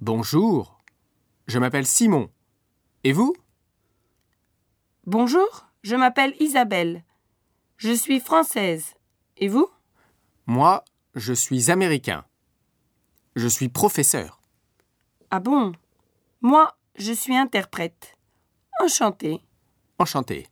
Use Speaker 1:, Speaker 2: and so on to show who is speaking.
Speaker 1: Bonjour, je m'appelle Simon. Et vous
Speaker 2: Bonjour, je m'appelle Isabelle. Je suis française. Et vous
Speaker 1: Moi, je suis américain. Je suis professeur.
Speaker 2: Ah bon Moi, je suis interprète. Enchantée.
Speaker 1: Enchanté.